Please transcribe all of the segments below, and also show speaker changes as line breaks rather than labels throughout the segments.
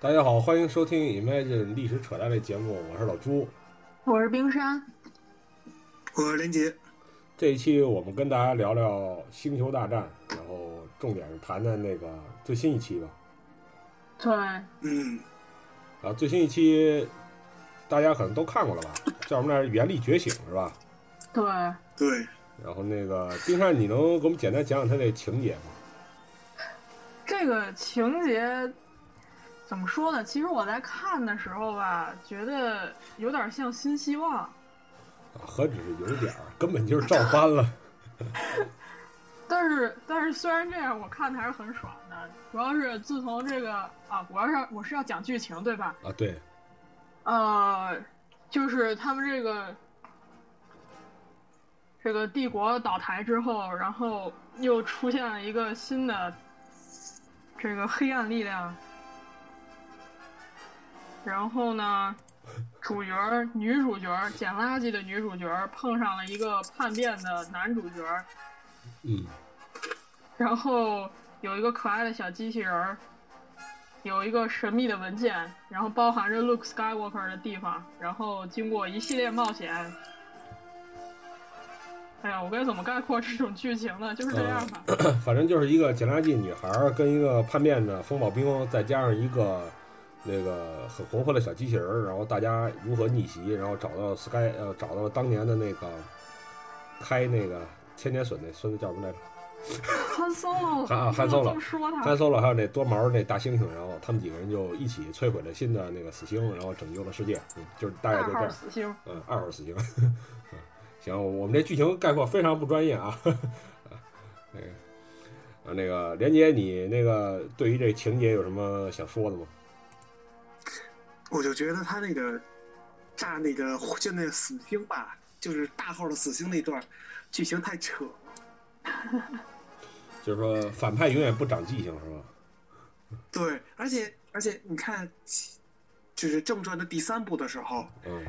大家好，欢迎收听《Imagine 历史扯淡》类节目，我是老朱。
我是冰山，
我是林杰，
这一期我们跟大家聊聊《星球大战》，然后重点是谈谈那个最新一期吧。
对，
嗯，
啊，最新一期大家可能都看过了吧？叫什么来着？《原力觉醒》是吧？
对，
对，
然后那个丁善，你能给我们简单讲讲它这情节吗？
这个情节怎么说呢？其实我在看的时候吧，觉得有点像新希望，
啊，何止是有点儿，根本就是照搬了。
但是但是虽然这样，我看的还是很爽的。主要是自从这个啊，我要是我是要讲剧情对吧？
啊，对，
呃，就是他们这个这个帝国倒台之后，然后又出现了一个新的这个黑暗力量，然后呢，主角儿女主角儿捡垃圾的女主角儿碰上了一个叛变的男主角儿，
嗯，
然后有一个可爱的小机器人儿，有一个神秘的文件，然后包含着 Luke Skywalker 的地方，然后经过一系列冒险。哎呀，我该怎么概括这种剧情呢？就是这样吧。
反正就是一个捡垃圾女孩儿跟一个叛变的风暴兵，再加上一个那个很活泼的小机器人儿，然后大家如何逆袭，然后找到 Sky 呃找到了当年的那个开那个千年隼那孙子叫什么来着？
Han Solo，
韩啊
不
韩
能
Solo
这么说他
甘。搜了还有那多毛那大猩猩，然后他们几个人就一起摧毁了新的那个死星，然后拯救了世界。嗯，就是大概
二
就这
号
样。
死星，
嗯，二号死星。 嗯，行，我们这剧情概括非常不专业啊。 那个啊，那个连杰，你那个对于这情节有什么想说的吗？
我就觉得他那个炸那个就那个死星吧，就是大号的死星那段剧情太扯了。
就是说反派永远不长记性是吧？
对，而且而且你看，就是正传的第三部的时候，
嗯，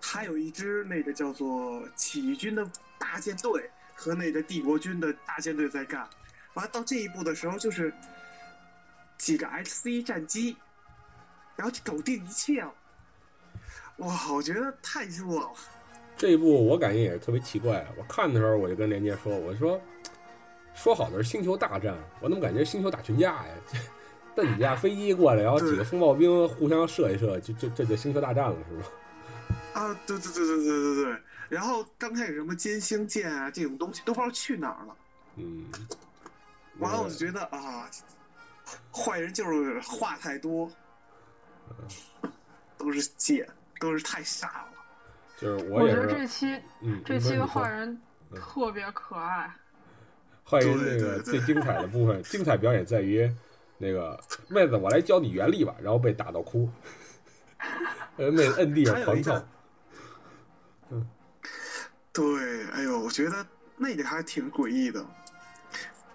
还有一支那个叫做起义军的大舰队和那个帝国军的大舰队在干，完了到这一步的时候就是几个 XC 战机，然后就搞定一切了。哇，我觉得太弱了。
这一部我感觉也是特别奇怪。我看的时候我就跟连杰说，我说说好的是星球大战，我怎么感觉是星球大群架呀？ 这你架飞机过来，然后几个风暴兵互相射一射，就就这就星球大战了是吗？
啊，对对对对对对对。然后刚开始什么歼星舰啊这种东西都不知道去哪儿了，
嗯，
完了我就觉得啊，坏人就是话太多，都是贱，都是太傻了。
就是我
我
也
觉
是
得，这期
嗯，
这期的坏
话
人
嗯
特别可爱，
坏人
对
那个
对
最
对
精彩的部分，精彩表演在于那个妹子，我来教你原力吧，然后被打到哭，呃，妹子摁地上
还有
狂
一
揍
个，对，哎呦，我觉得那个还挺诡异的。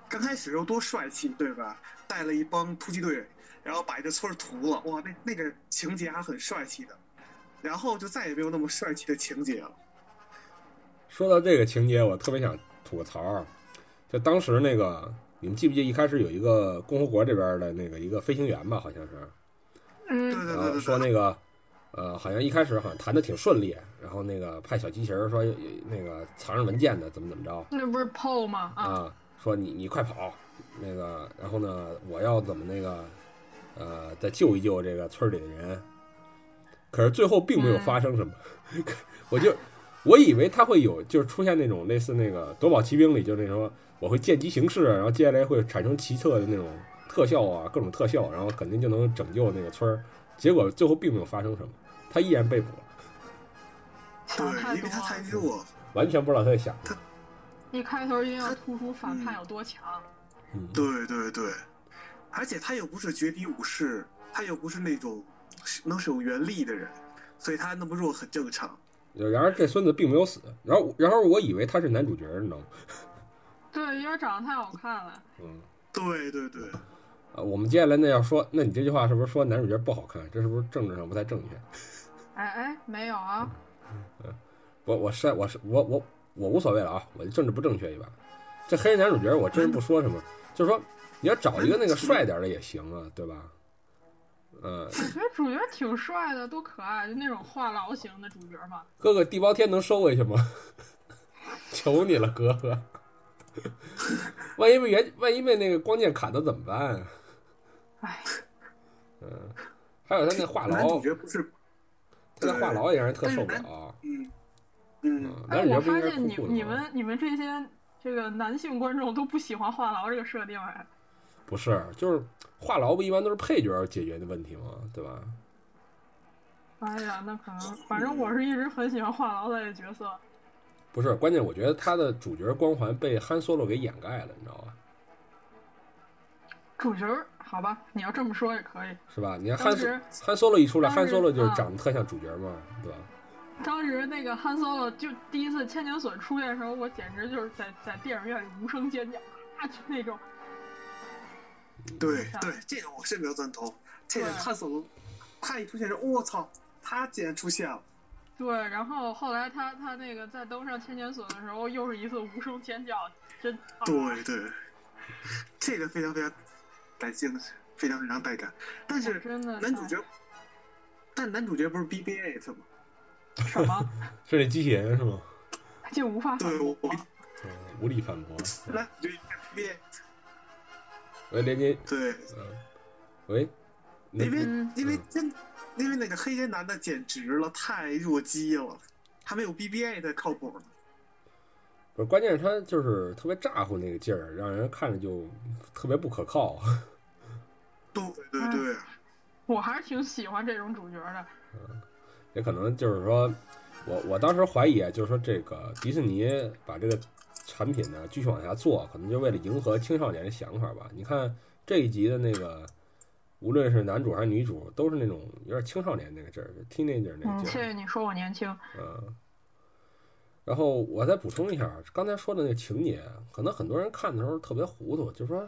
刚开始又多帅气，对吧？带了一帮突击队，然后把一个村儿屠了，哇，那那个情节还很帅气的。然后就再也没有那么帅气的情节了。
说到这个情节，我特别想吐个槽儿，就当时那个，你们记不记得一开始有一个共和国这边的那个一个飞行员吧，好像是，
对
嗯，
对
然
对
后
对，
啊说
对
那个，呃，好像一开始好像谈的挺顺利，然后那个派小机器人说那个藏着文件的，怎么怎么着
那不是 PO 吗？啊，
啊，说你你快跑，那个，然后呢，我要怎么那个，呃，再救一救这个村里的人，可是最后并没有发生什么，我就我以为他会有，就是出现那种类似那个《夺宝奇兵》里就那种我会见机行事，啊然后接下来会产生奇特的那种特效啊，各种特效，然后肯定就能拯救那个村儿。结果最后并没有发生什么，他依然被捕了，
想太
对，因
多
为他
了
太弱了。
完全不知道他在想什么。
一开头一定要突出反派有多强。
嗯，
对对对，而且他又不是绝地武士，他又不是那种能使用原力的人，所以他那么弱很正常。
然而这孙子并没有死，然后然后我以为他是男主角，你知道吗？
对，因为长得太好看了。
嗯。
对对对，
啊，我们接下来呢要说，那你这句话是不是说男主角不好看？这是不是政治上不太正确？
哎哎，没有 啊，
我我是我是我我我无所谓了啊，我就政治不正确一把。这黑人男主角我真不说什么，就是说你要找一个那个帅点儿的也行啊，对吧？嗯，
我觉得主角挺帅的，多可爱，就那种话痨型的主角嘛。
哥哥，地包天能收回去吗？ 求你了，哥哥。万一被原，万一被那个光剑砍到怎么办、啊？
哎，
嗯，还有他那话
男主
痨，
角不是，
他那话痨也让人特受不
但是
了。啊
嗯嗯，
嗯，男
哎，
主角
我
不
发
应该
现
酷
你
酷的啊
你
吗？
们你们这些这个男性观众都不喜欢话痨这个设定哎。
不是，就是话痨不一般都是配角解决的问题吗？对吧？
哎呀，那可能，反正我是一直很喜欢话痨类的角色。
不是，关键我觉得他的主角光环被憨 solo 给掩盖了，你知道吧？
主角儿好吧，你要这么说也可以。
是吧？你看
当
憨 solo
时
憨 solo 一出来，
当
憨
时
solo 就是
啊
长得特像主角嘛，对吧？
当时那个汉 solo 就第一次千年隼出现的时候，我简直就是在在电影院里无声尖叫啊，就那种。
对对，这个我是比较赞同。这个
对
汉索罗，他一出现时，我操，他竟然出现了，
对，然后后来他他那个在登上千年隼的时候，又是一次无声尖叫，真啊
对对，这个非常非常感性，非常非常带感。但
我
是
哦真的
男主
太
角，但男主角不是 BB8 吗？
什么
是那机器人是吗？
就无法
对
反
我
驳。
嗯，无力反驳。嗯
男主角 BB8，
喂，连接，
对，
嗯，喂，那
因为
嗯
因为
嗯
真因为那个黑人男的简直了，太弱鸡了，他没有 BB8 的靠谱。
不是，关键是他就是特别咋呼那个劲儿，让人看着就特别不可靠。
对对对，
我还是挺喜欢这种主角的。
也可能就是说，我我当时怀疑啊，就是说这个迪士尼把这个产品呢继续往下做，可能就为了迎合青少年的想法吧。你看这一集的那个，无论是男主还是女主，都是那种有点青少年那个劲儿就，teenager 那
嗯，
个劲
谢
儿，
谢你说我年轻。
嗯。然后我再补充一下，刚才说的那个情节，可能很多人看的时候特别糊涂，就是说，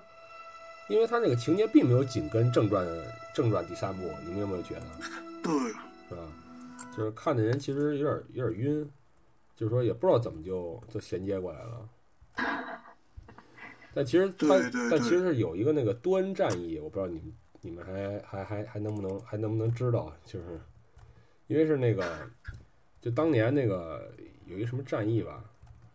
因为他那个情节并没有紧跟正传正传第三部，你们有没有觉得？
嗯
对，
是吧？就是看的人其实有点有点晕，就是说也不知道怎么就就衔接过来了。但其实他
对
但
对对
其实是有一个那个多恩战役，我不知道你们你们还还还还能不能还能不能知道，啊就是因为是那个就当年那个有一什么战役吧，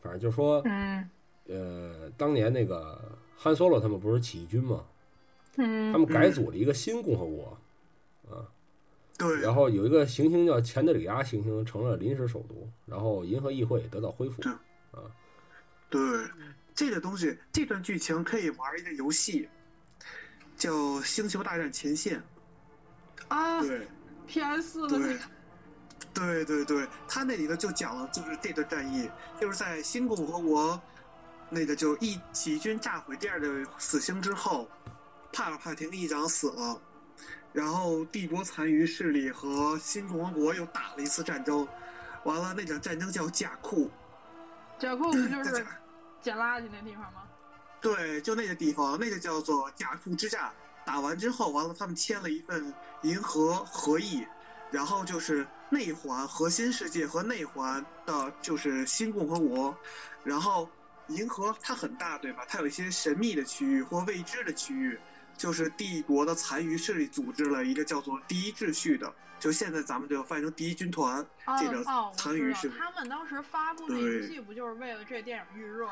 反正就说
嗯
呃当年那个汉 solo 他们不是起义军嘛，
嗯
他们改组了一个新共和国，啊。
对
然后有一个行星叫钱德里亚行星成了临时首都，然后银河议会得到恢复。
对对，这个东西，这段剧情可以玩一个游戏，叫《星球大战前线》。
啊
对
，PS 四的那
对
个，
对对对，他那里头就讲了，就是这段战役，就是在新共和国那个就一起义军炸毁第二个死星之后，帕尔帕廷议长死了，然后帝国残余势力和新共和国又打了一次战争，完了那场战争叫甲库，
贾库不就
大家
是捡垃圾那地方吗？
对，就那个地方，那个叫做甲库之战。打完之后，完了他们签了一份银河合议，然后就是内环核心世界和内环的，就是新共和国。然后银河它很大，对吧？它有一些神秘的区域或未知的区域，就是帝国的残余势力组织了一个叫做第一秩序的，就现在咱们就翻译成第一军团。
哦
这个
哦，我
参
知
与
道
是，
他们当时发布那游
对
戏不就是为了这电影预热？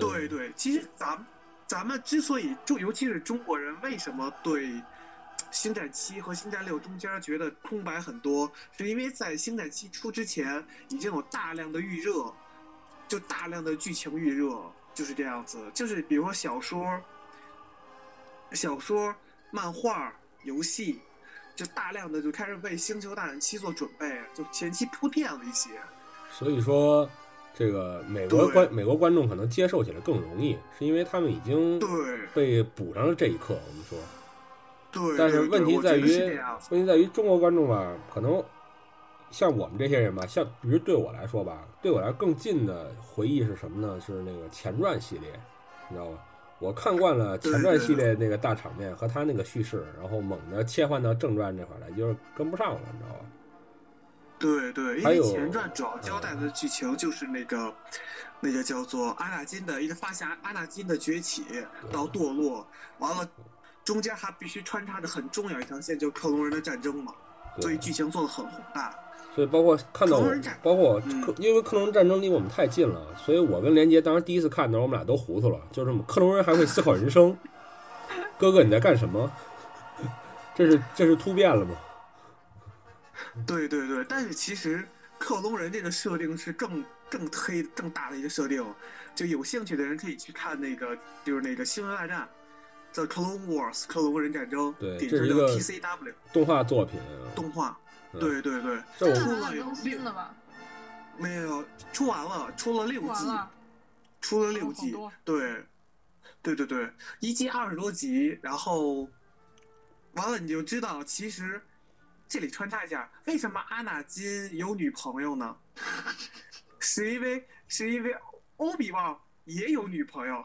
对对，其实咱们咱们之所以就尤其是中国人，为什么对《星战七》和《星战六》中间觉得空白很多，是因为在《星战七》出之前已经有大量的预热，就大量的剧情预热，就是这样子。就是比如说小说、小说、漫画、游戏，就大量的就开始为《星球大战七》做准备，就前期铺垫了一些。
所以说这个美国
对
观美国观众可能接受起来更容易，是因为他们已经
对
被补上了这一课。我们说，
对，
但是
对对
问题
我觉
在
得
于
是这样子
问题在于中国观众吧，可能像我们这些人吧，像比如对我来说吧，对我来说更近的回忆是什么呢？是那个前传系列，你知道吧？我看惯了前传系列那个大场面和他那个叙事，然后猛地切换到正传这块儿来，就是跟不上了，你知道吧？
对对，因
还
为
有
前传主要交代的剧情就是那个，那个叫做阿纳金的一个发现阿纳金的崛起到堕落，完了中间还必须穿插着很重要一条线，就是克隆人的战争嘛，所以
对，
剧情做的很宏大。
所以包括看到
克隆
我
人战，
包括我
嗯
克，因为克隆人战争离我们太近了，所以我跟连杰当时第一次看的时候，我们俩都糊涂了，就是我们克隆人还会思考人 生。哥哥，你在干什么？这是这是突变了吗？嗯
对对对，但是其实克隆人这个设定是更更黑更大的一个设定，就有兴趣的人可以去看那个就是那个星球大战。The Clone Wars，克隆人战争，
对
顶
这是
着
一
叫
个
TCW
动画作品啊，
动画，
嗯
对对对，
这
这
我
还算更新的吧？
没有出完了，出了六
完
季，
了，
出了六
哦好
季
多，
对，对对对，一季二十多集，然后完了你就知道，其实这里穿插一下，为什么阿纳金有女朋友呢？ 是因为是因为欧比旺也有女朋友，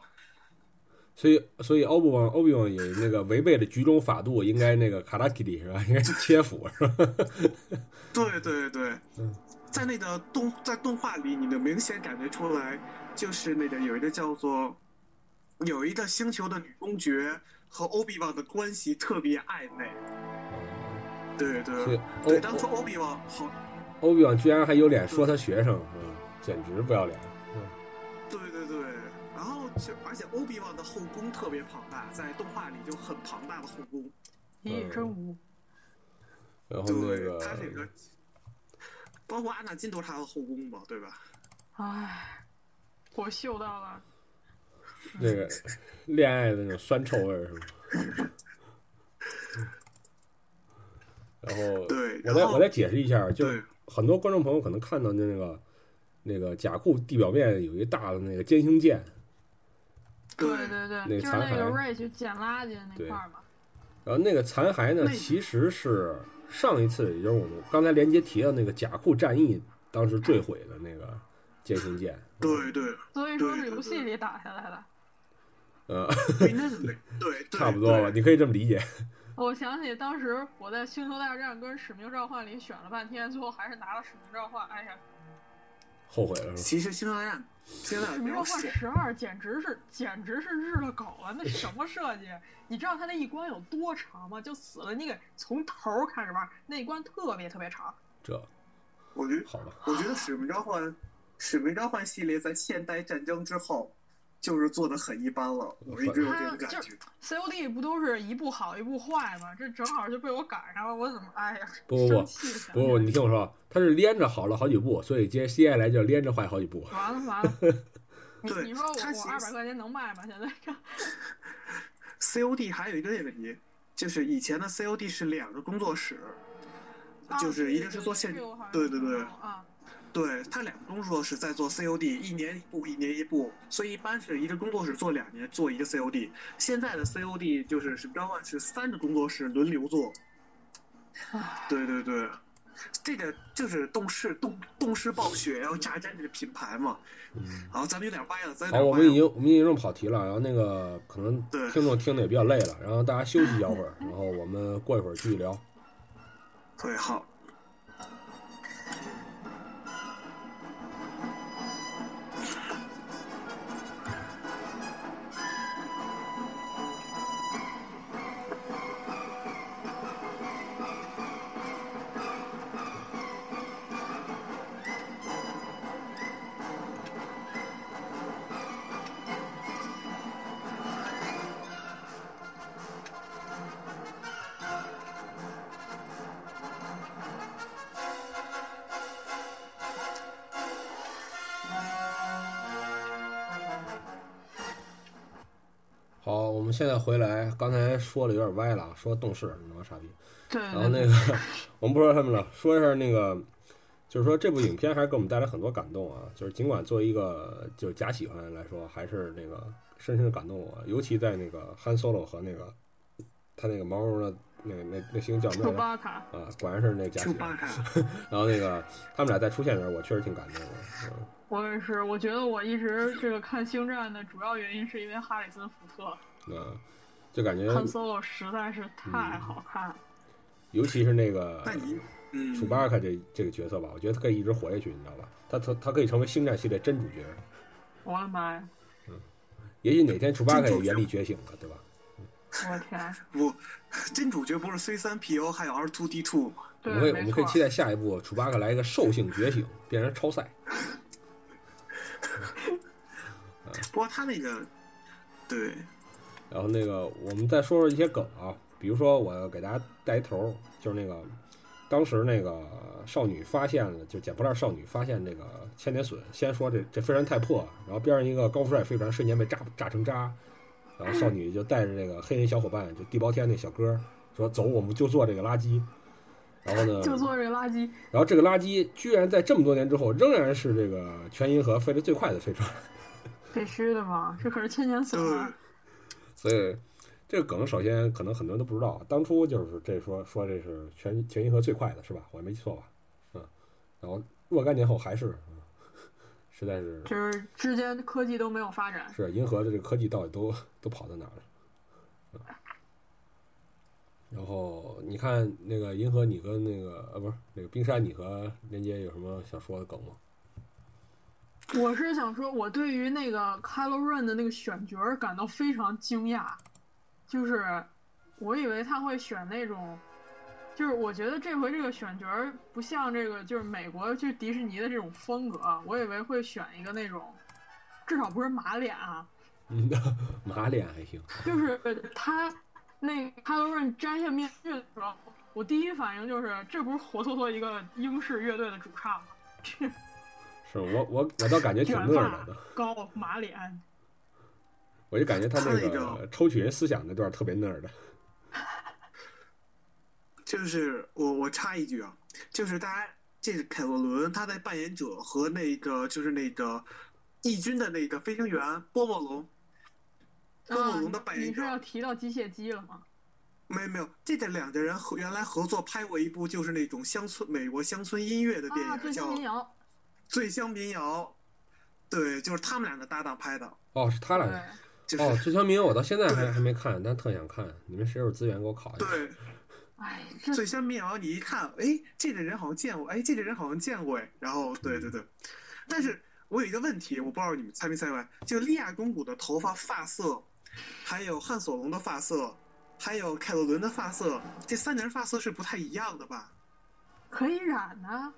所以所以欧比旺欧比旺也那个违背了局中法度，应该那个卡拉基里是吧？应该切腹是 吧？
对对对
嗯，
在那个动在动画里，你能明显感觉出来，就是那个有一个叫做有一个星球的女公爵和欧比旺的关系特别暧昧，对对
所以
嗯对，
欧
当初欧比旺好
欧比旺居然还有脸说他学生，嗯，简直不要脸。
对对对，然后就而且欧比旺的后宫特别庞大，在动画里就很庞大的后宫。
一夜真无。
然后哦那
对，
个
它这个包括阿纳金都是他的后宫嘛，对吧？
唉，我嗅到了。
那个恋爱的那种酸臭味儿是吗？然后
对
我
然
再
后
我再解释一下，就
对
是很多观众朋友可能看到那个那个甲库地表面有一大的那个歼星舰，
对对
那
对，就是
残
那个
骸
Ray 去捡垃圾的那块儿嘛。
然后那个残骸呢
那，个
其实是上一次，也就是我们刚才连接提到那个甲库战役当时坠毁的那个歼星舰。
对对
所以说
对
是
对
游戏
对
里打下来的。
呃，
对，那是对对，对
差不多吧，。你可以这么理解。
我想起当时我在《星球大战》跟《使命召唤》里选了半天，最后还是拿了《使命召唤》。哎呀，
后悔了是吧？
其实《星球大战》现
《
在
嗯使
比
命
较
召唤
小，
十二》简直是简直是日了狗了，那什么设计？啊 你知道他那一关有多长吗？就死了，你给从头儿开始玩，那一关特别特别长。
这
我觉得
好吧，
我觉得《使命召唤》《使命召唤》系列在现代战争之后，就是做的很一般了。我一直有这种感
它就
觉。
COD 不都是一步好一步坏吗？这正好就被我赶上了，我怎么哎呀，
不不
生
不
气想
不
起
不，
来
你听我说，它是连着好了好几步，所以接接下来就连着坏好几步。
完了 完了，你
对
你说我
它其
我
实
二百块钱能卖吗？现在这
COD 还有一个问题，就是以前的 COD 是两个工作室，就是一个是做现，对对对
啊，
对他两个工作室在做 COD，一年一部，一年一部，所以一般是一个工作室做两年做一个 COD。现在的 COD 就是是召唤是三个工作室轮流做，对对对。这个就是动视动动视暴雪要榨干这个品牌嘛，
嗯，
啊，咱们有点歪了，咱有
好，
点
我
歪
们已
了。
经我们已经跑题了，然后那个可能
对
听众听的也比较累了，然后大家休息一小会儿，然后我们过一会儿继续聊。
对，好，
好，我们现在回来，刚才说了有点歪了啊，说动视，你妈傻逼。
对，
然后那个，我们不说他们了，说一下那个，就是说这部影片还是给我们带来很多感动啊。就是尽管作为一个就是假喜欢来说，还是那个深深的感动我，尤其在那个 Han Solo 和那个他那个毛茸茸的那个那那星叫什
丘
么来着？
巴卡，
啊，果然是那个假
丘
喜
巴
欢。
卡，
然后那个他们俩再出现的时候，我确实挺感动的。嗯
我也是，我觉得我一直这个看星战的主要原因是因为哈里森福特，
那就感觉，
Han Solo 实在是太
嗯
好看了。
尤其是那个
那你，嗯，
楚巴卡这这个角色吧，我觉得他可以一直活下去，你知道吧？他他他可以成为星战系列真主角。
我的妈呀！
也许哪天楚巴卡也原地觉醒了，对吧？
我天，
不，真主角不是 C 三 PO 还有 R two D two 吗？
我
对，
们可以我
没
们可以
错
期待下一步，楚巴克来一个兽性觉醒，变成超赛。
不过他那个，对，
然后那个，我们再说说一些梗啊，比如说我给大家带一头儿，就是那个当时那个少女发现了，就捡破烂少女发现这个千年隼，先说这这飞船太破，啊然后边上一个高富帅飞船瞬间被炸炸成渣，然后少女就带着这个黑人小伙伴，就地包天那小哥儿说走，我们就做这个垃圾。然后呢，
就做这个垃圾，
然后这个垃圾居然在这么多年之后，仍然是这个全银河飞得最快的飞船。
必须的嘛，这可是千年隼
对
啊，，
所以这个梗首先可能很多人都不知道，当初就是这说说这是全全银河最快的是吧？我也没记错吧？嗯，然后若干年后还是，嗯、实在是
就是之间科技都没有发展，
是银河的这个科技到底都都跑到哪儿了？嗯，然后你看那个银河，你跟那个呃、不是那个冰山，你和连接有什么想说的梗吗？
我是想说，我对于那个 Kylo Ren 的那个选角儿感到非常惊讶，就是我以为他会选那种，就是我觉得这回这个选角儿不像这个，就是美国就是迪士尼的这种风格，啊我以为会选一个那种，至少不是马脸啊，
嗯，马脸还行，
就是 他那个 Kylo Ren 摘下面具的时候，我第一反应就是这不是活脱脱一个英式乐队的主唱吗？
是我我我倒感觉挺
卷
乐
发
的。
高马脸，
我就感觉他那
他那
个
个
抽取人思想那段儿特别那儿的，
就是我我插一句啊，就是大家这个凯洛伦他在扮演者和那个就是那个义军的那个飞行员波莫龙，波
啊
莫龙的扮
你
演
是
者，
要提到机械姬了吗？
没有没有，这个两个人合原来合作拍过一部就是那种乡村美国乡村音乐的电
啊，
影，
最
叫
新民
《
谣，
醉乡民谣》，对，就是他们俩的搭档拍的，
哦，是他
对
俩的。
嗯就是、
哦，最强民谣我到现在还
对
还没看，但特想看。你们谁有资源给我考一下？
对。
哎，这
醉乡民谣，你一看，哎，这个人好像见过，哎，这个人好像见过，哎，然后对对对，但是我有一个问题，我不知道你们猜没猜出来，就利亚公主的头发发色，还有汉索隆的发色，还有凯洛伦的发色，这三个人发色是不太一样的吧？
可以染呢、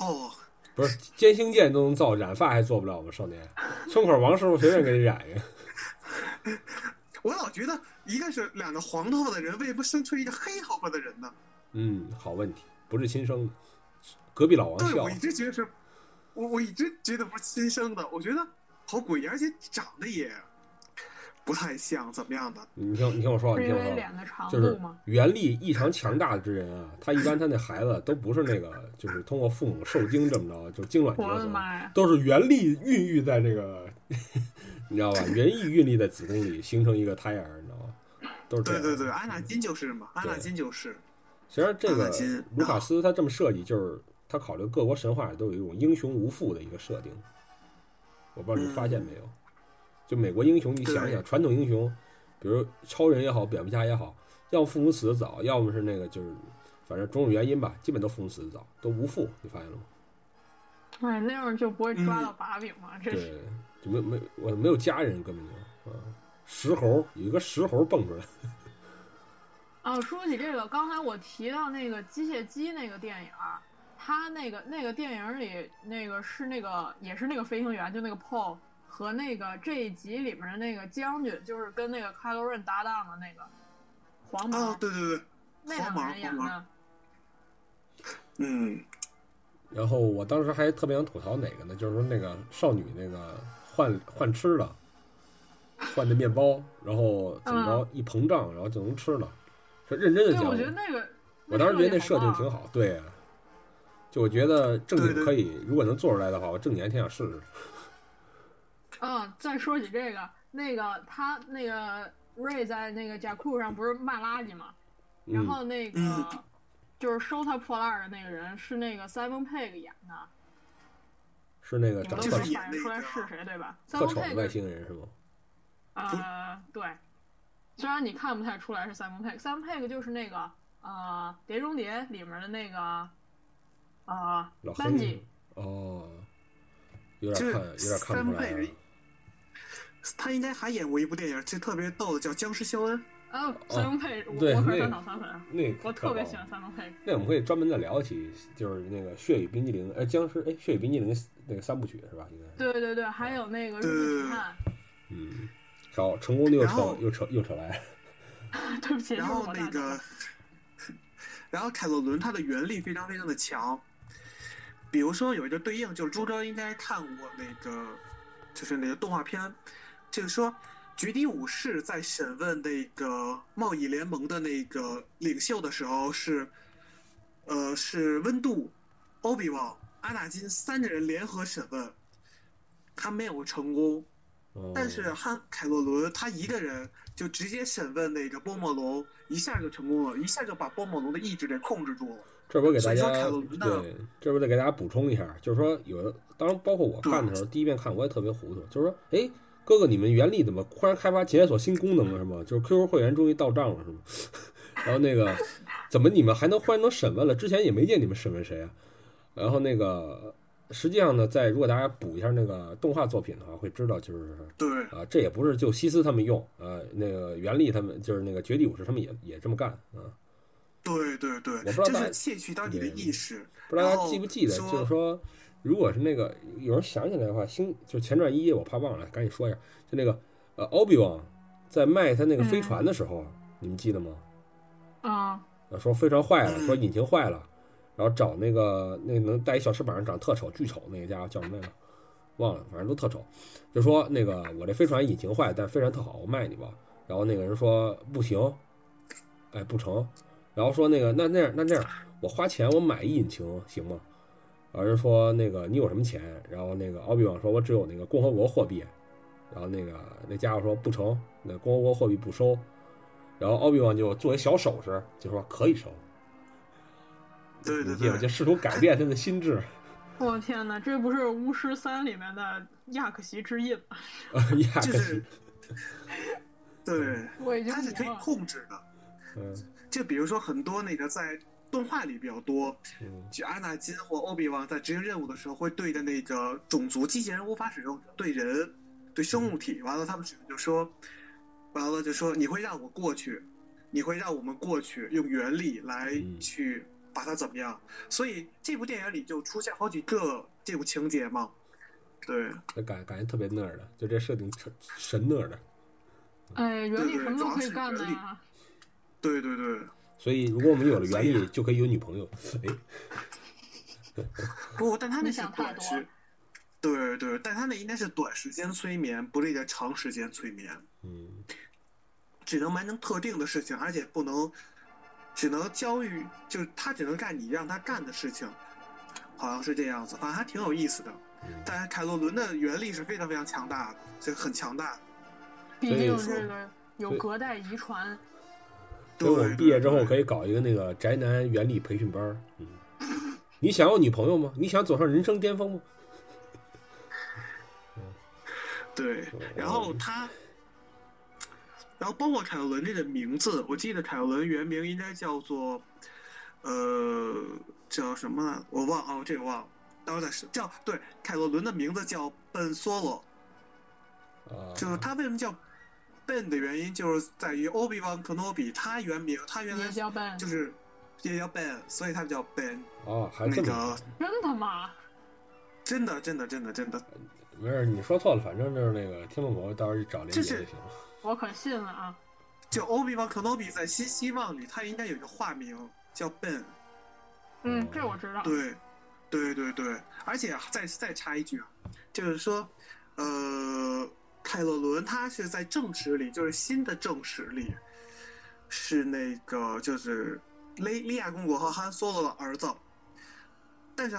哦，
不是歼星舰都能造，染发还做不了吗？少年，村口王师傅随便给你染一个。
我老觉得一个是染了黄头发的人，为什么生出一个黑头发的人呢？
嗯，好问题，不是亲生的，隔壁老王
对，
笑
我一。直觉得是，我我一直觉得不是亲生的，我觉得好诡异，而且长得也不太像，怎么样的？
你听，你听我说，
是
哦你
因
听我
为
说，
脸的长
就
度
是
吗？
原力异常强大之人啊，他一般他那孩子都不是那个，就是通过父母受精这么着就精卵结
我的
合。
妈呀！
都是原力孕育在这个， 你知道吧？原意孕育在子宫里形成一个胎儿，你知道吗？都是这
对
样。
对对，啊安纳金就是嘛，安纳
对
金就是，
虽然这个
安纳金
卢卡斯他这么设计，就是他考虑各国神话里都有一种英雄无父的一个设定，我不知道你发现没有？
嗯
就美国英雄，你想一想，传统英雄，比如超人也好，蝙蝠侠也好，要么父母死得早，要么是那个就是，反正种种原因吧，基本都父母死得早，都无父，你发现了吗？
哎，那样就不会抓
嗯
到把柄吗？这是
对，就没没我没有家人，根本就啊，石猴有一个石猴蹦出来，
哦，说起这个，刚才我提到那个机械姬那个电影儿，他那个那个电影里那个是那个也是那个飞行员，就那个 Paul 和那个这一集里面的那个将军，就是跟那个 Kylo Ren 搭档的那个黄毛，
哦，对对对，
那两个
黄毛
人演
黄
的。
嗯，
然后我当时还特别想吐槽哪个呢？就是说那个少女那个换换吃的，换的面包，然后怎么着一膨胀，然后就能吃了。说认真的
嗯对，
讲
我，觉得那个
我当时觉得那设定挺
好
好，对啊，就我觉得正经
对对
可以，如果能做出来的话，我正经还挺想试试。
棒。嗯，再说起这个，那个他那个瑞在那个贾库上不是骂垃圾吗？然
嗯，
后那个、
嗯
就是收他破烂儿的那个人是那个 Simon Peg 演的，
呃是那个
你
长
们
得
都
就
特
能
是演
反应出来是
那个
谁对吧
特
？Simon
丑的外
Peg
星人是吗？
呃对，虽然你看不太出来是 Simon Peg，Simon Peg 就是那个呃《碟中谍》里面的那个啊
老黑
班吉，
哦，有点
就是
看有点看不出来
三
啊
倍。他应该还演过一部电影，其实特别逗的，叫《僵尸肖恩》。
啊，三重配，我
哦对
我可
那
是
个
三场三粉，
那可
我特别
好
喜欢三重配。
那我们可以专门再聊起，就是那个《血与冰激凌》呃，僵尸哎，《血与冰激凌》那个三部曲是吧？应该是。
对对对，还有那个日本奇探，
嗯，好，成功的又
然后
扯又扯又扯来了。
对不起，
然
又是
后
我
那
大哥
个， 然后凯洛伦他的原力非常非常的强，比如说有一个对应，就是朱哥应该看过那个，就是那个动画片，就是说局地武士在审问那个贸易联盟的那个领袖的时候是，呃，是温度、欧比旺、阿纳金三个人联合审问，他没有成功，
嗯、
但是汉凯洛伦他一个人就直接审问那个波莫龙，一下就成功了，一下就把波莫龙的意志给控制住了。
这边给大
所以说
家
凯文呢
对，这边再给大家补充一下，就是说有的，当然包括我看的时候，第一遍看我也特别糊涂，就是说，哎，哥哥，你们原力怎么忽然开发解锁新功能了是吗？就是 QQ 会员终于到账了是吗？ 然后那个，怎么你们还能忽然能审问了？之前也没见你们审问谁啊？然后那个，实际上呢，在如果大家补一下那个动画作品的话，会知道就是
对，
啊，这也不是就西斯他们用啊，那个原力他们就是那个绝地武士他们也也这么干啊。
对对对，
不知道
就
大
是窃取到你的意识。
不知道大家记不记得，
然后
就是说，如果是那个有人想起来的话，星就前传一，我怕忘了，赶紧说一下，就那个呃奥比旺在卖他那个飞船的时候，你们记得吗？
啊，
啊，说飞船坏了，
嗯
说引擎坏了，然后找那个那个能戴一小翅膀长得特丑、巨丑那个家伙叫什么来着？忘了，反正都特丑。就说那个我这飞船引擎坏，但是飞船特好，我卖你吧。然后那个人说不行，哎不成。然后说那个那那样那这样，我花钱我买一引擎行吗？然后人说那个你有什么钱？然后那个奥比旺说我只有那个共和国货币。然后那个那家伙说不成，那共和国货币不收。然后奥比旺就做一小手势，就说可以收。
对对
你记得
对
吗就试图改变他的心 智。
我天哪，这不是《巫师三》里面的亚克西之印吗？
呃呀，
就
可惜
是，对，
我已经
它是可以
明了
控制的。
嗯
就比如说很多那个在动画里比较多，
嗯
就阿纳金或欧比旺在执行任务的时候，会对着那个种族机器人无法使用，对人、对生物体，完了他们就说，完了就说你会让我过去，你会让我们过去，用原力来
嗯
去把它怎么样？所以这部电影里就出现好几个这种情节嘛。对，
就感感觉特别那儿的，就这设定神神那儿的。
哎，原理
对对
什么都可以
主要
干
是
的
原理
呀。
对对对。
所以，如果我们有了原
啊
力，就可以有女朋友。哎，
不，但他那
你
是
想太
短
多
时
了，
对对，但他那应该是短时间催眠，不是一个长时间催眠。
嗯，
只能完成特定的事情，而且不能，只能教育，就是他只能干你让他干的事情，好像是这样子，反正还挺有意思的。
嗯
但是凯洛伦的原力是非常非常强大的，就很强大的。
毕
所以
竟
说
这个有隔代遗传。
所以我们
对
毕业之后
对
可以搞一个那个宅男原力培训班儿。嗯， 你想要女朋友吗？你想走上人生巅峰吗？
对，然后他，然后包括凯洛伦这个名字，我记得凯洛伦原名应该叫做，呃，叫什么呢？我忘哦，这个忘了，到时候再说。叫对，凯洛伦的名字叫本索罗。
啊，
就是他为什么叫 Ben 的原因，就是在于 Obi Wan Kenobi，他原名他原来
也叫 Ben，
就是也叫 Ben，所以他叫 Ben。
哦，还
那
这么
个
真他妈！
真的真的真的真的，
没事，你说错了，反正就是那个听众朋友到时候去找连接
就
就是行。
我可信了啊！
就 Obi Wan Kenobi 在新希望里，他应该有一个化名叫 Ben。
嗯
哦，
这我知道。
对，对对对，而且再再插一句啊，就是说，呃，凯洛伦他是在正史里，就是新的正史里，是那个就是雷利亚公国和汉索罗的儿子，但是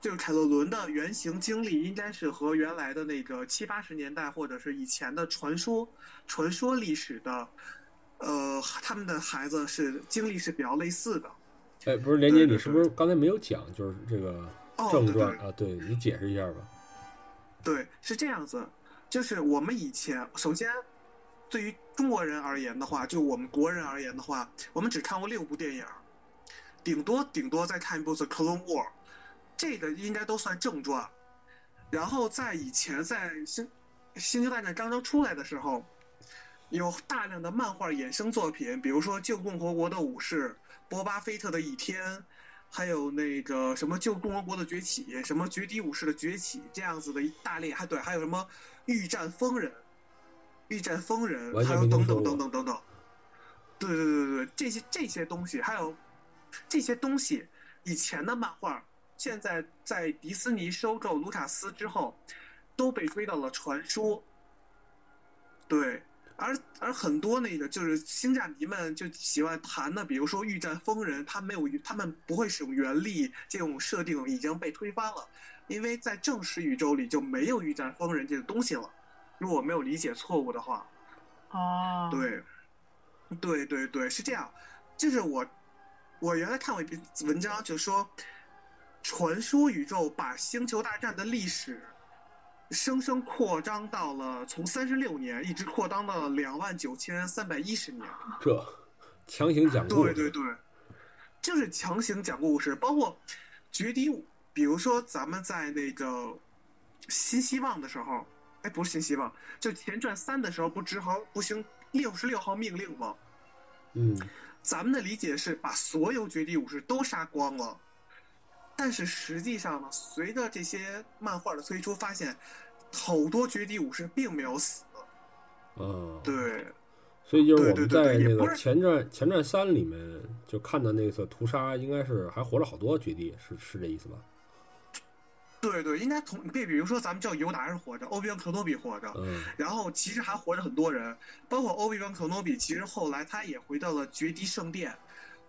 就是凯洛伦的原型经历应该是和原来的那个七八十年代或者是以前的传说传说历史的。呃，他们的孩子是经历是比较类似的
哎，不是连接，你是不是刚才没有讲？就是这个
哦，对
正
对
传啊，对你解释一下吧。
对，是这样子，就是我们以前首先，对于中国人而言的话，就我们国人而言的话，我们只看过六部电影，顶多顶多再看一部《The Clone War》，这个应该都算正传。然后在以前在新星球大战》刚刚出来的时候，有大量的漫画衍生作品，比如说《旧共和国的武士》《博巴菲特的一天》，还有那个什么《旧共和国的崛起》、什么《绝地武士的崛起》这样子的一大类，还对，还有什么《御战疯人》、《御战疯人》，
完
还
全
有
没
等
听说
等
过
等等等等。对对对对对，这些这些东西，还有这些东西，以前的漫画，现在在迪士尼收购卢卡斯之后，都被归到了传说。对，而而很多那个就是星战迷们就喜欢谈的，比如说《御战风人》，他没有，他们不会使用原力这种设定已经被推翻了，因为在正史宇宙里就没有御战风人这个东西了，如果我没有理解错误的话。
哦，，
对，对对对，是这样。就是我，我原来看过一篇文章，就说，传说宇宙把星球大战的历史生生扩张到了从三十六年一直扩张到两万九千三百一十年。
这强行讲故
对
事，
对对，就是强行讲故事，包括绝地武，比如说咱们在那个新希望的时候，哎，不是新希望，就前传三的时候，不执行不行六十六号命令吗？
嗯，
咱们的理解是把所有绝地武士都杀光了，但是实际上呢，随着这些漫画的推出，发现好多绝地武士并没有死。
啊，，
对，
所以就是我
对
们
对对
在
对
那
也不
个
是
前传前传三里面就看到那次屠杀，应该是还活了好多绝地，是是这意思吧？
对对，应该同比比如说咱们叫尤达是活着，欧比旺克诺比活着，
嗯
然后其实还活着很多人，包括欧比旺克诺比，其实后来他也回到了绝地圣殿。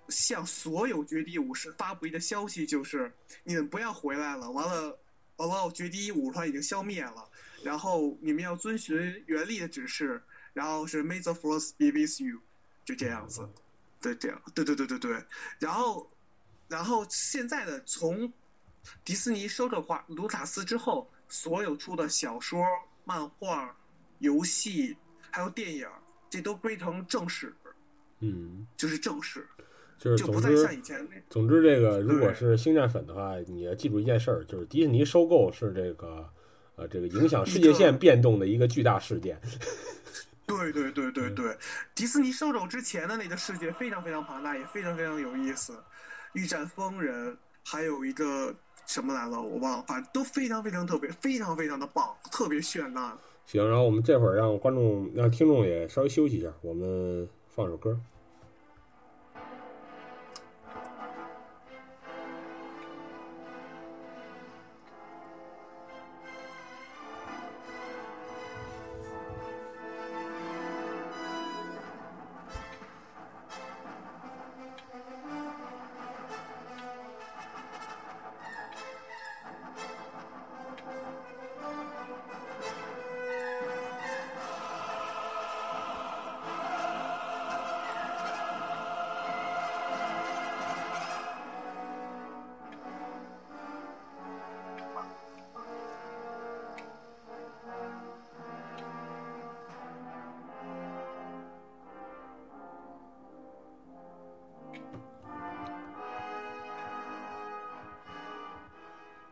向所有绝地武士发布一个消息，就是你们不要回来了。完了，完了，绝地武士团已经消灭了，然后你们要遵循原力的指示，然后是 May the Force be with you，就这样子。对，这样，对对对对对。然后，然后现在的从迪士尼收购华卢卡斯之后，所有出的小说、漫画、游戏还有电影，这都归成正史，
嗯，
就是正史，
就是
就不
总
再
之
像以前那。
总之，这个如果
对
是星战粉的话，你要记住一件事儿，就是迪士尼收购是这个呃这个影响世界线变动的一个巨大事件。
对对对对对，迪士尼收购之前的那个世界非常非常庞大，也非常非常有意思，《御战风人》还有一个什么来了我忘了，反正都非常非常特别，非常非常的棒，特别绚烂。
行，然后我们这会儿让观众让听众也稍微休息一下，我们放首歌。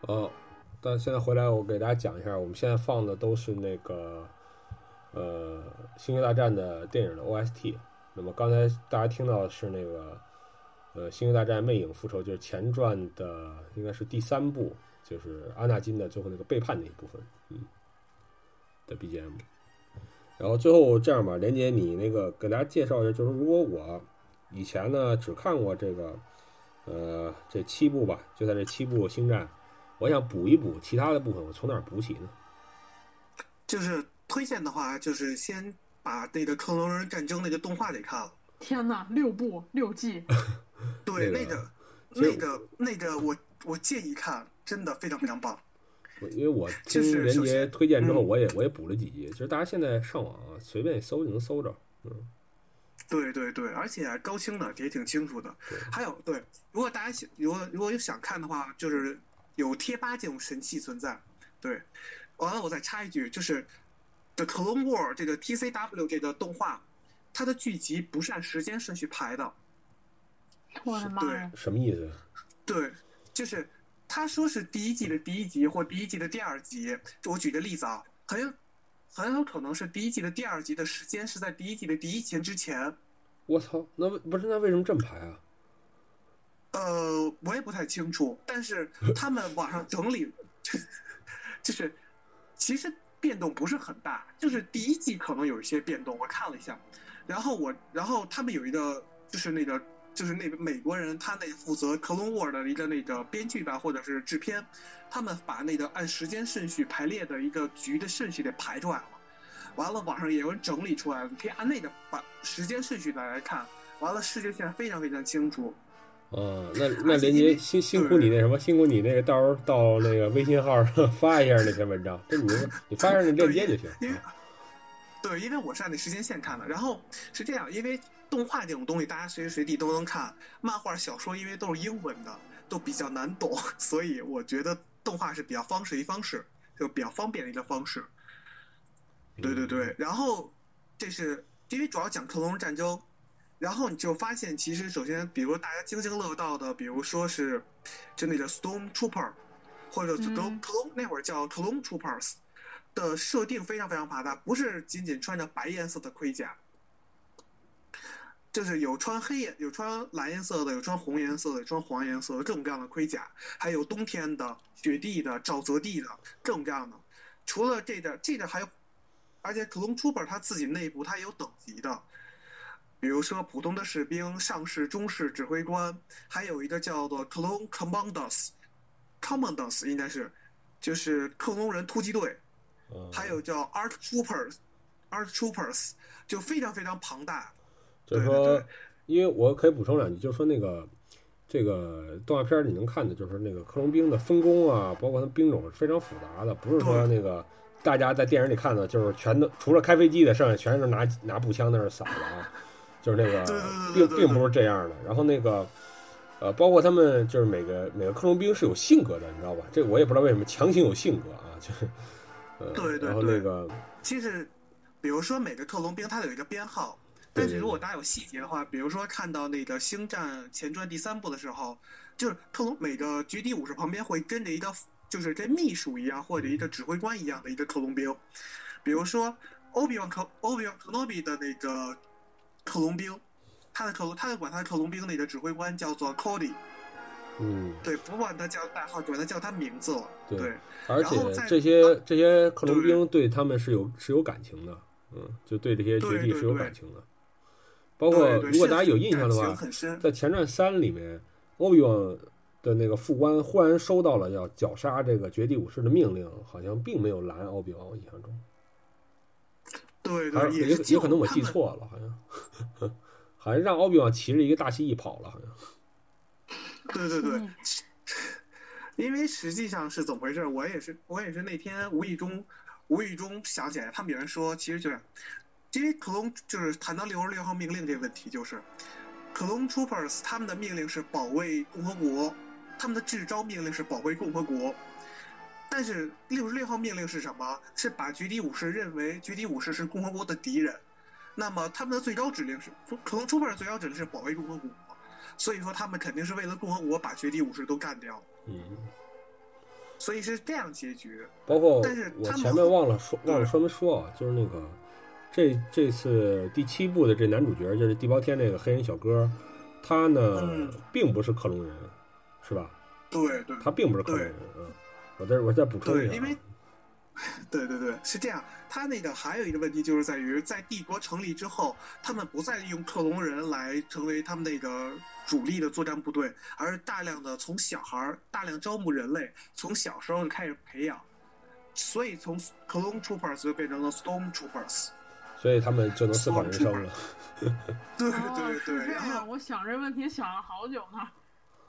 哦，但现在回来，我给大家讲一下，我们现在放的都是那个呃《星球大战》的电影的 OST。那么刚才大家听到的是那个呃《星球大战：魅影复仇》，就是前传的，应该是第三部，就是阿纳金的最后那个背叛那一部分，嗯的 BGM。然后最后这样吧，连杰，你那个给大家介绍一下，就是如果我以前呢只看过这个呃这七部吧，就在这七部星战。我想补一补其他的部分，我从哪儿补起呢？
就是推荐的话，就是先把那个《克隆人战争》那个动画给看了。
天哪，六部六 季，
对，
那
那
个
个
其实
那个那个，我我建议看，真的非常非常棒。
我因为我听
就是
任
首
杰
先
推荐之后，
嗯
我也我也补了几集。就是大家现在上网啊，随便搜就能搜着。
对对对，而且啊高清的也挺清楚的
对。
还有对，如果大家想，如果如果有想看的话，就是有贴吧这种神器存在。对，完了我再插一句，就是《The Clone War》这个 TCW 这个动画，它的剧集不是按时间顺序排的。
我的妈呀！
什么意思？啊
对，就是他说是第一季的第一集或第一季的第二集。我举个例子啊，很有很有可能是第一季的第二集的时间是在第一季的第一集之前。
我操，那为不是那为什么这么排啊？
呃，我也不太清楚，但是他们网上整理， 就是其实变动不是很大，就是第一季可能有一些变动，我看了一下，然后我然后他们有一个就是那个就是那个美国人，他那负责《克隆沃尔》的一个那个编剧吧，或者是制片，他们把那个按时间顺序排列的一个局的顺序给排出来了。完了，网上也有人整理出来了，你可以按那个把时间顺序来来看。完了，世界线非常非常清楚，
啊，那那林杰辛辛苦你那什么，辛苦你那个到时候到那个微信号上 发一下那篇文章，这你 就你发上那链接就行。啊
因为对，因为我是按那时间线看的。然后是这样，因为动画这种东西，大家随时随地都能看；漫画、小说，因为都是英文的，都比较难懂， 所以我觉得动画是比较方式一方式，就比较方便的一个方式。对对
嗯
对，然后这是因为主要讲克隆人战争，然后你就发现，其实首先，比如大家津津乐道的，比如说是就那个 Storm Trooper，或者 Storm
嗯
c l o n 那会儿叫 c l o n Troopers 的设定非常非常庞大，不是仅仅穿着白颜色的盔甲，就是有穿黑颜、有穿蓝颜色的，有穿红颜色的，有穿黄颜色的各种各样的盔甲，还有冬天的、雪地的、沼泽地的各种各样的。除了这点，这点还有，而且 Clone Trooper 它自己内部它也有等级的，比如说普通的士兵、上士、中士、指挥官，还有一个叫做 Clone Commanders，Commanders 应该是，就是克隆人突击队。
嗯
还有叫 Art Troopers，Art Troopers 就非常非常庞大。
就是
对对
说
对，
因为我可以补充两句，就是说那个这个动画片儿你能看的，就是那个克隆兵的分工啊，包括他们兵种是非常复杂的，不是说那个大家在电影里看的，就是全都除了开飞机的，剩下全是拿拿步枪在那儿扫的啊，就是那个
对对对对
并
对
并不是这样的。然后那个。呃，包括他们就是每个每个克隆兵是有性格的，你知道吧？这我也不知道为什么强行有性格啊，就是，呃，
对对
然后
对
那个
其实，比如说每个克隆兵它有一个编号，
对
但
对
是如果
对
大家有细节的话，比如说看到那个《星战前传》第三部的时候，就是克隆每个局敌武士旁边会跟着一个，就是跟秘书一样或者一个指挥官一样的一个克隆兵。比如说欧比旺克欧比旺克诺比的那个克隆兵，他的克隆，他就管他的克隆兵那个指挥官叫做 Cody，
嗯，
对，不管他叫代号，管他叫他名字了，
对
对
而
然
且
后再呃
这些这些克隆兵对他们是有是有感情的，嗯，就对这些
对
绝地
对
是有
对
感情的。包括
对对，
如果
是
大家有印象的
感情
话，
很深，
在前传三里面，欧比旺的那个副官忽然收到了要绞杀这个绝地武士的命令，好像并没有拦欧比旺，我印象中，
对
还
对，
是
是
也
救
也可能我
他
记
们
错了，好像 好像让欧比旺骑着一个大蜥蜴跑了，好像。
对对对
嗯，
因为实际上是怎么回事？我也是，我也是那天无意中，无意中想起来，他们有人说，其实就是，因为克隆就是谈到六十六号命令这个问题，就是克隆 troopers 他们的命令是保卫共和国，他们的至招命令是保卫共和国。但是六十六号命令是什么？是把绝地武士认为绝地武士是共和国的敌人，那么他们的最高指令是克隆 trooper 的最高指令是保卫共和国。所以说他们肯定是为了共和国把绝地武士都干掉，
嗯，
所以是这样结局。
包括
但是
我
他们嗯
前面忘了说，忘了专门说啊，就是那个这这次第七部的这男主角就是地包天这个黑人小哥，他呢、
嗯
并不是克隆人，是吧？
对对
他并不是克隆人啊。我再我再补充一下
对因
啊，
为对对对，是这样。他那个还有一个问题就是在于，在帝国成立之后，他们不再用克隆人来成为他们那个主力的作战部队，而是大量的从小孩儿大量招募人类，从小时候就开始培养，所以从 Clone Troopers 就变成了 Storm Troopers。
啊所以他们就能思考人生了。
对
哦
对，
是
对，
这
然后
样。我想这问题想了好久呢。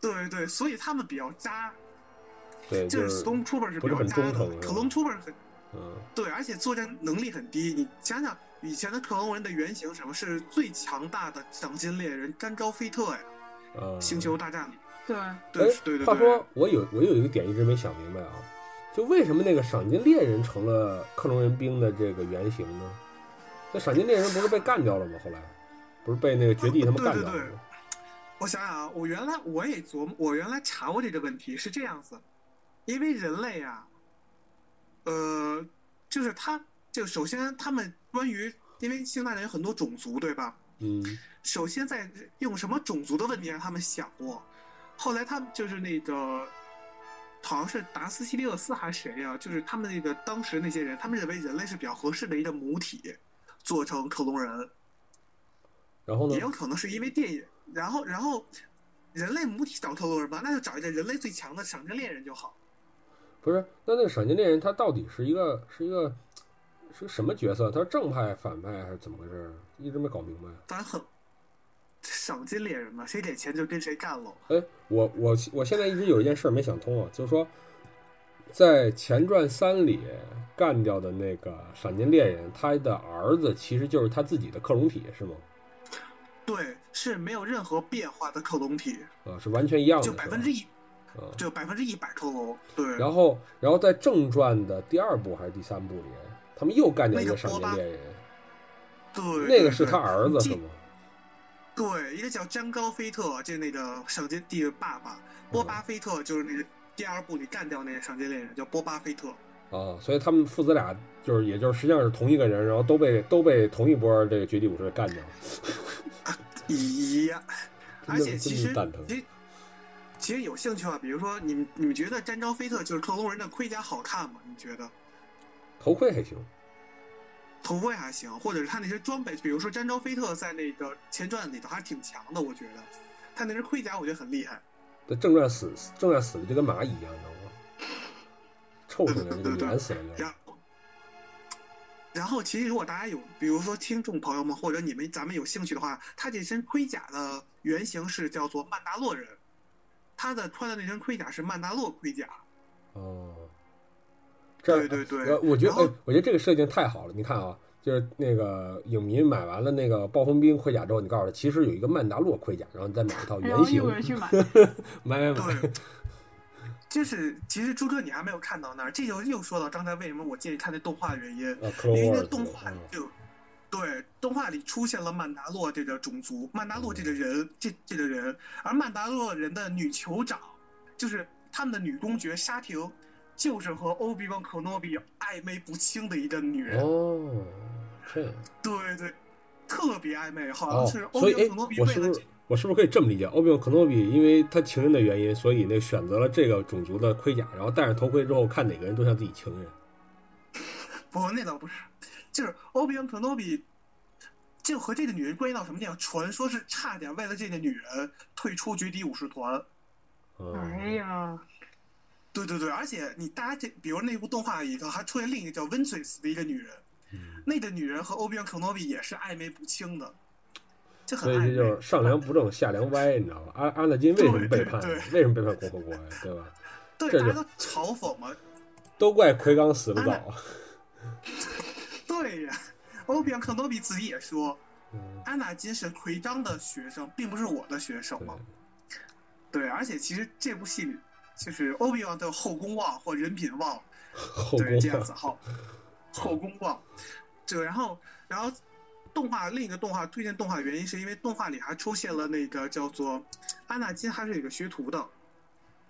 对对，所以他们比较渣，
对，
就
就是是
Storm Trooper 是
不是
比较
很
渣
忠
的
诚是吧
，Clone Trooper 很
嗯，
对，而且作战能力很低。你想想，以前的克隆人的原型什么是最强大的赏金猎人甘昭菲特呀，
啊，
《星球大战》里。
对，
对
哎
对对
话
对
说，我有我有一个点一直没想明白啊，就为什么那个赏金猎人成了克隆人兵的这个原型呢？那赏金猎人不是被干掉了吗？后来不是被那个绝地他们干掉了
对对
吗？
我想想啊，我原来我也琢磨，我原来查过这个问题是这样子，因为人类啊，呃，就是他就首先他们关于，因为星大人有很多种族，对吧？
嗯
首先在用什么种族的问题让他们想过，后来他们就是那个，好像是达斯西利厄斯还是谁呀、就是他们那个当时那些人，他们认为人类是比较合适的一个母体，做成克隆人，
然后呢
也？有可能是因为电影，然后然后人类母体找克隆人吧，那就找一个人类最强的闪电猎人就好。
不是，那那个闪电猎人他到底是一个是一个是个什么角色？他是正派、反派还是怎么回事儿？一直没搞明白。
当然很赏金猎人嘛，谁给钱就跟谁干喽。
哎，我我我现在一直有一件事儿没想通啊，就是说，在前传三里干掉的那个闪电猎人，他的儿子其实就是他自己的克隆体，是吗？
对，是没有任何变化的克隆体，
啊，是完全一样的，
就百分之
一。
一，
啊，
就百分之一百克隆。对，
然后然后在正传的第二部还是第三部里，他们又干掉一个闪电猎人，
对，
那
对
个是他儿子
这
是吗？
对，一个叫詹高菲特，就是那个赏金帝的爸爸，
嗯
波巴菲特就是那个第二部里干掉那个赏金猎人，叫波巴菲特。
啊，所以他们父子俩就是，也就是实际上是同一个人，然后都被都被同一波这个绝地武士干掉。
咦 呀！
真
而
的
且其
真
实
是蛋疼
其实其实有兴趣啊，比如说你们你们觉得詹高菲特就是克隆人的盔甲好看吗？你觉得？
头盔还行，
头盔还行，或者是他那些装备，比如说詹昭菲特在那个前传里头还挺强的，我觉得他那身盔甲我觉得很厉害。
这正传死正传死的就跟蚂蚁一样，你知道吗？臭死了，
对
就
对对
软死了就。
然后，然后其实如果大家有，比如说听众朋友们或者你们咱们有兴趣的话，他这身盔甲的原型是叫做曼达洛人，他的穿的那身盔甲是曼达洛盔甲。
哦，这
对对对，
我我觉得，
然后
哎，我觉得这个设定太好了。你看啊，就是那个影迷买完了那个暴风兵盔甲之后，你告诉他，其实有一个曼达洛盔甲，然后你再买一套
然
原
后
型
又，回 去买，
买买买。
对，就是其实朱哥你还没有看到那儿，这就又说到刚才为什么我建议看那动画的原因。
呃，Clone
因为那
Wars，
动画
嗯
就对动画里出现了曼达洛这个种族，曼达洛这
嗯
个人，这这个人，而曼达洛人的女酋长，就是他们的女公爵沙婷，就是和欧比旺·可诺比暧昧不清的一个女人，
哦，这样。
对对，特别暧昧，好
哦
像是，欧
所
比
以
旺·
哎
可诺，比
我
为
是
了
不是
这
我是不是可以这么理解？欧比旺·可诺比因为他情人的原因，所以那选择了这个种族的盔甲，然后戴上头盔之后，看哪个人都像自己情人。
不那倒不是，就是欧比旺·可诺比。就和这个女人关系到什么地步？传说是差点为了这个女人退出绝地武士团，
嗯、
哎呀，
对对对，而且你大家这，比如那部动画里头还出现另一个叫温翠斯的一个女人，
嗯，
那个女人和欧比旺·肯诺比也是暧昧不清的，就很
所以
暧
这
昧。
就是上梁不正下梁歪，你知道吧？阿阿纳金为什么背叛
对对？
为什么背叛共和国呀？对吧？
对
这
大家
就
都嘲讽嘛，
都怪奎刚死的
阿
早。
对呀。欧比旺·肯诺比自己也说，
嗯，
安纳金是奎章的学生，并不是我的学生
对
嘛。对，而且其实这部戏里，就是欧比旺的后宫望或人品望，
后
对，这
宫
样
啊
子好，后宫逛，对，然后然后动画另一个动画推荐动画原因是因为动画里还出现了那个叫做安纳金，还是有个学徒的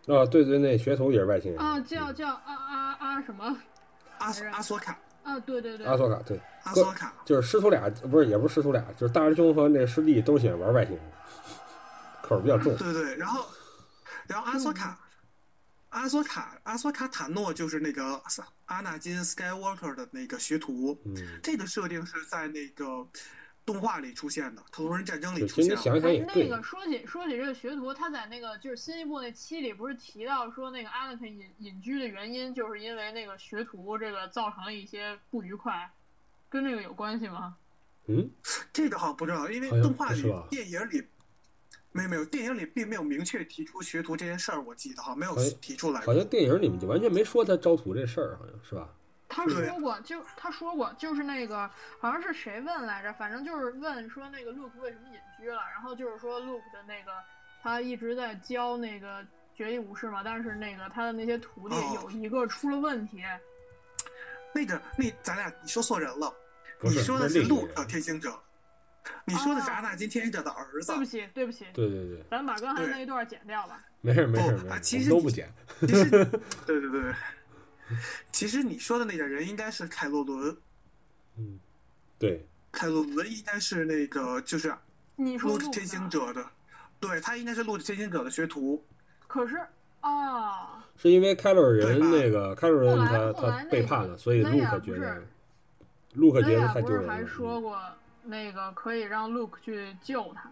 啊，对对，那学徒也是外星人
啊，叫
嗯
叫啊啊啊什么
阿
是
阿索卡，
啊？对对对，
嗯阿索卡，对，
阿
哥
索卡，
就是师徒俩，不是也不是师徒俩，就是大师兄和那个师弟都喜欢玩外星人，口儿比较重。
对对，然后然后阿索卡，
嗯
阿索卡阿索卡塔诺就是那个阿纳金 Skywalker 的那个学徒，
嗯，
这个设定是在那个动画里出现的，《特龙人战争》里
对
出
其实
现
你想
的。
想也
哎
对
那，个说起说起这个学徒，他在那个就是新一部那七里不是提到说那个阿纳肯隐隐居的原因，就是因为那个学徒这个造成了一些不愉快，跟这个有关系吗？
嗯。
这个好像不重要，因为
好像
动画
不是
里
吧、
电影里，没有没有，电影里并没有明确提出学徒这件事儿，我记得好像没有
好像
提出来
好
过。
像电影里面就完全没说他招徒这事儿，好像是吧？
他
对
说过，就他说过，就是那个好像是谁问来着，反正就是问说那个 Luke 为什么隐居了，然后就是说 Luke 的那个他一直在教那个绝地武士嘛，但是那个他的那些徒弟
哦
有一个出了问题，
那个那咱俩你说错人了，
不
你
是，
说的
是
是啊
另一
路
个人
克天行者，你说的是
啊
阿纳金天行者的儿子
对不。起，对不起，
对对对，
咱把刚才
对
那一段剪掉吧。
没事儿没事儿
不啊
没事
其
儿，我们
实
都不剪。
你其 实，对对对，其实你说的那个人应该是凯洛伦，
嗯，对，
凯鲁文应该是那个就是《
你说
陆之
陆
天行
战
者》的，对他应该是《陆之天行者》的学徒。
可是啊，
是因为开洛尔人
对吧
那个开洛尔人
后来
他
后来
他
那个
背叛了，所以
那
路
也
克
不
觉得
是
路克
咱
觉得太
俩啊不
丢
是
人了
还。说过那个可以让 Luke 去救他？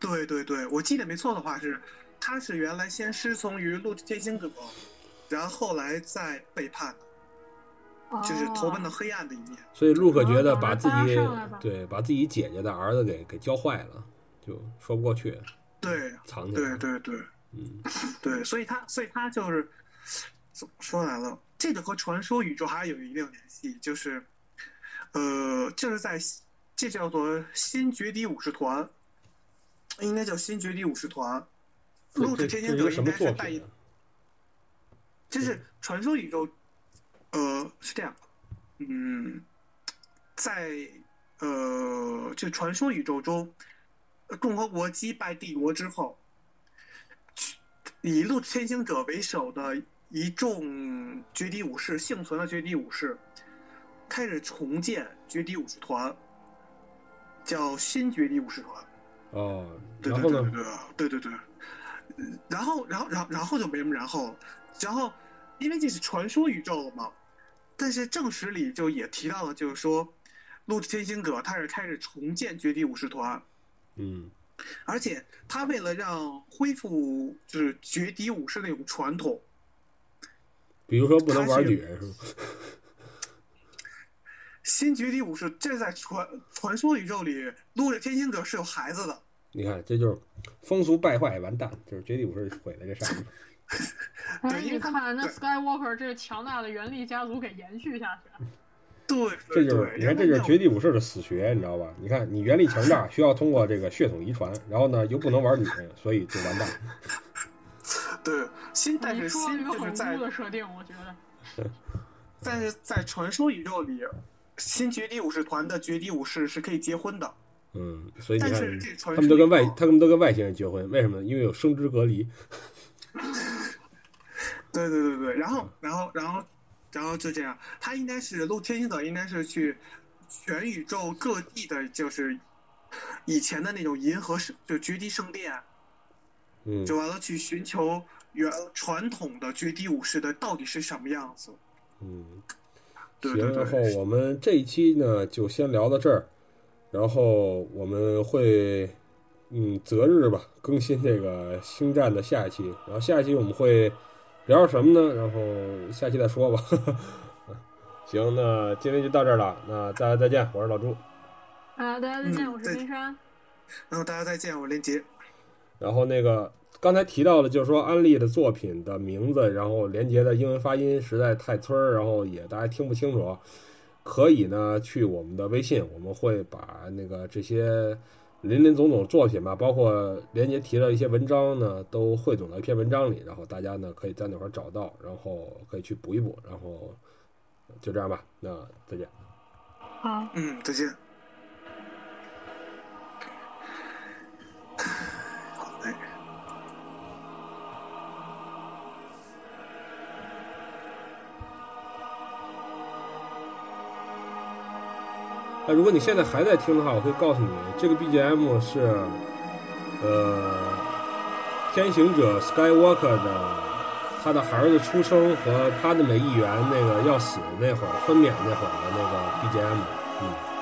对对对，我记得没错的话是，他是原来先师从于《陆之天行者》，然后后来再背叛的，就是投奔
哦
到黑暗的一面。
所以路克
可能
觉得
等着
把自
巴
己
上来吧
对把自己姐姐的儿子给给教坏了，就说不过去，
对
藏起来
对
了。
对对
嗯，
对，所以他所以他就是怎么说来了？这个和传说宇宙还是有一定联系，就是呃，就是在这叫做新绝地武士团，应该叫新绝地武士团。陆
这这
之天
这是
行
一个什么
者应该
作
是带
品
一
啊？
就是传说宇宙，呃，是这样，嗯，在呃，这传说宇宙中，呃共和国击败帝国之后，以路天行者为首的一众绝地武士，幸存的绝地武士，开始重建绝地武士团，叫新绝地武士团。
哦，
对
然
对
后
对
呢？
对对对对，嗯然后然后然后然后就没什么然后了，然后因为这是传说宇宙了嘛，但是正史里就也提到了，就是说，陆之天行者他是开始重建绝地武士团，
嗯
而且他为了让恢复就是绝地武士那种传统，
比如说不能
他
玩
是
女人是吗？
新绝地武士这在传传说宇宙里，陆之天行者是有孩子的，
你看，这就是风俗败坏，完蛋，就是绝地武士毁了这 事儿。
哎，
对因为
你
他
看那
对
Skywalker 这个强大的原力家族给延续下去了。
对
这
对
就是
对，
你看，这就是绝地武士的死穴，你知道吧？你看，你原力强大，需要通过这个血统遗传，然后呢又不能玩女人，所以就完蛋。
对新，但
你
是
说了一
新
个
就是
很
在
污的设定，我觉得。
但是在传说宇宙里，新绝地武士团的绝地武士是可以结婚的，
嗯，所以你
但
看
是，这传
他们都跟外
说宇宙
他们都跟外星人结婚，为什么呢？因为有生殖隔离。
对对对对，然后然后然后然后就这样，他应该是陆天行者，应该是去全宇宙各地的，就是以前的那种银河圣，就绝地圣殿，
嗯，
就完了去寻求原传统的绝地武士的到底是什么样子。
嗯，
对
行，
对
然后
对，
我们这一期呢就先聊到这儿，然后我们会嗯择日吧更新这个星战的下一期，然后下一期我们会聊点什么呢？然后下期再说吧。 行，那今天就到这儿了，那大家再见，我是老朱。
啊，大家再见，
嗯
我是
对
金山。
然后大家再见，我连杰。
然后那个刚才提到了，就是说安利的作品的名字，然后连接的英文发音实在太村儿，然后也大家听不清楚，可以呢去我们的微信，我们会把那个这些林林总总作品吧，包括连杰提到一些文章呢，都汇总到一篇文章里，然后大家呢可以在那块儿找到，然后可以去补一补，然后就这样吧，那再见。
好，
嗯，再见。好嘞。
那如果你现在还在听的话，我会告诉你，这个 BGM 是呃《天行者 Skywalker》的他的孩儿子出生和他的美议员那个要死那会儿分娩那会儿的那个 BGM。嗯，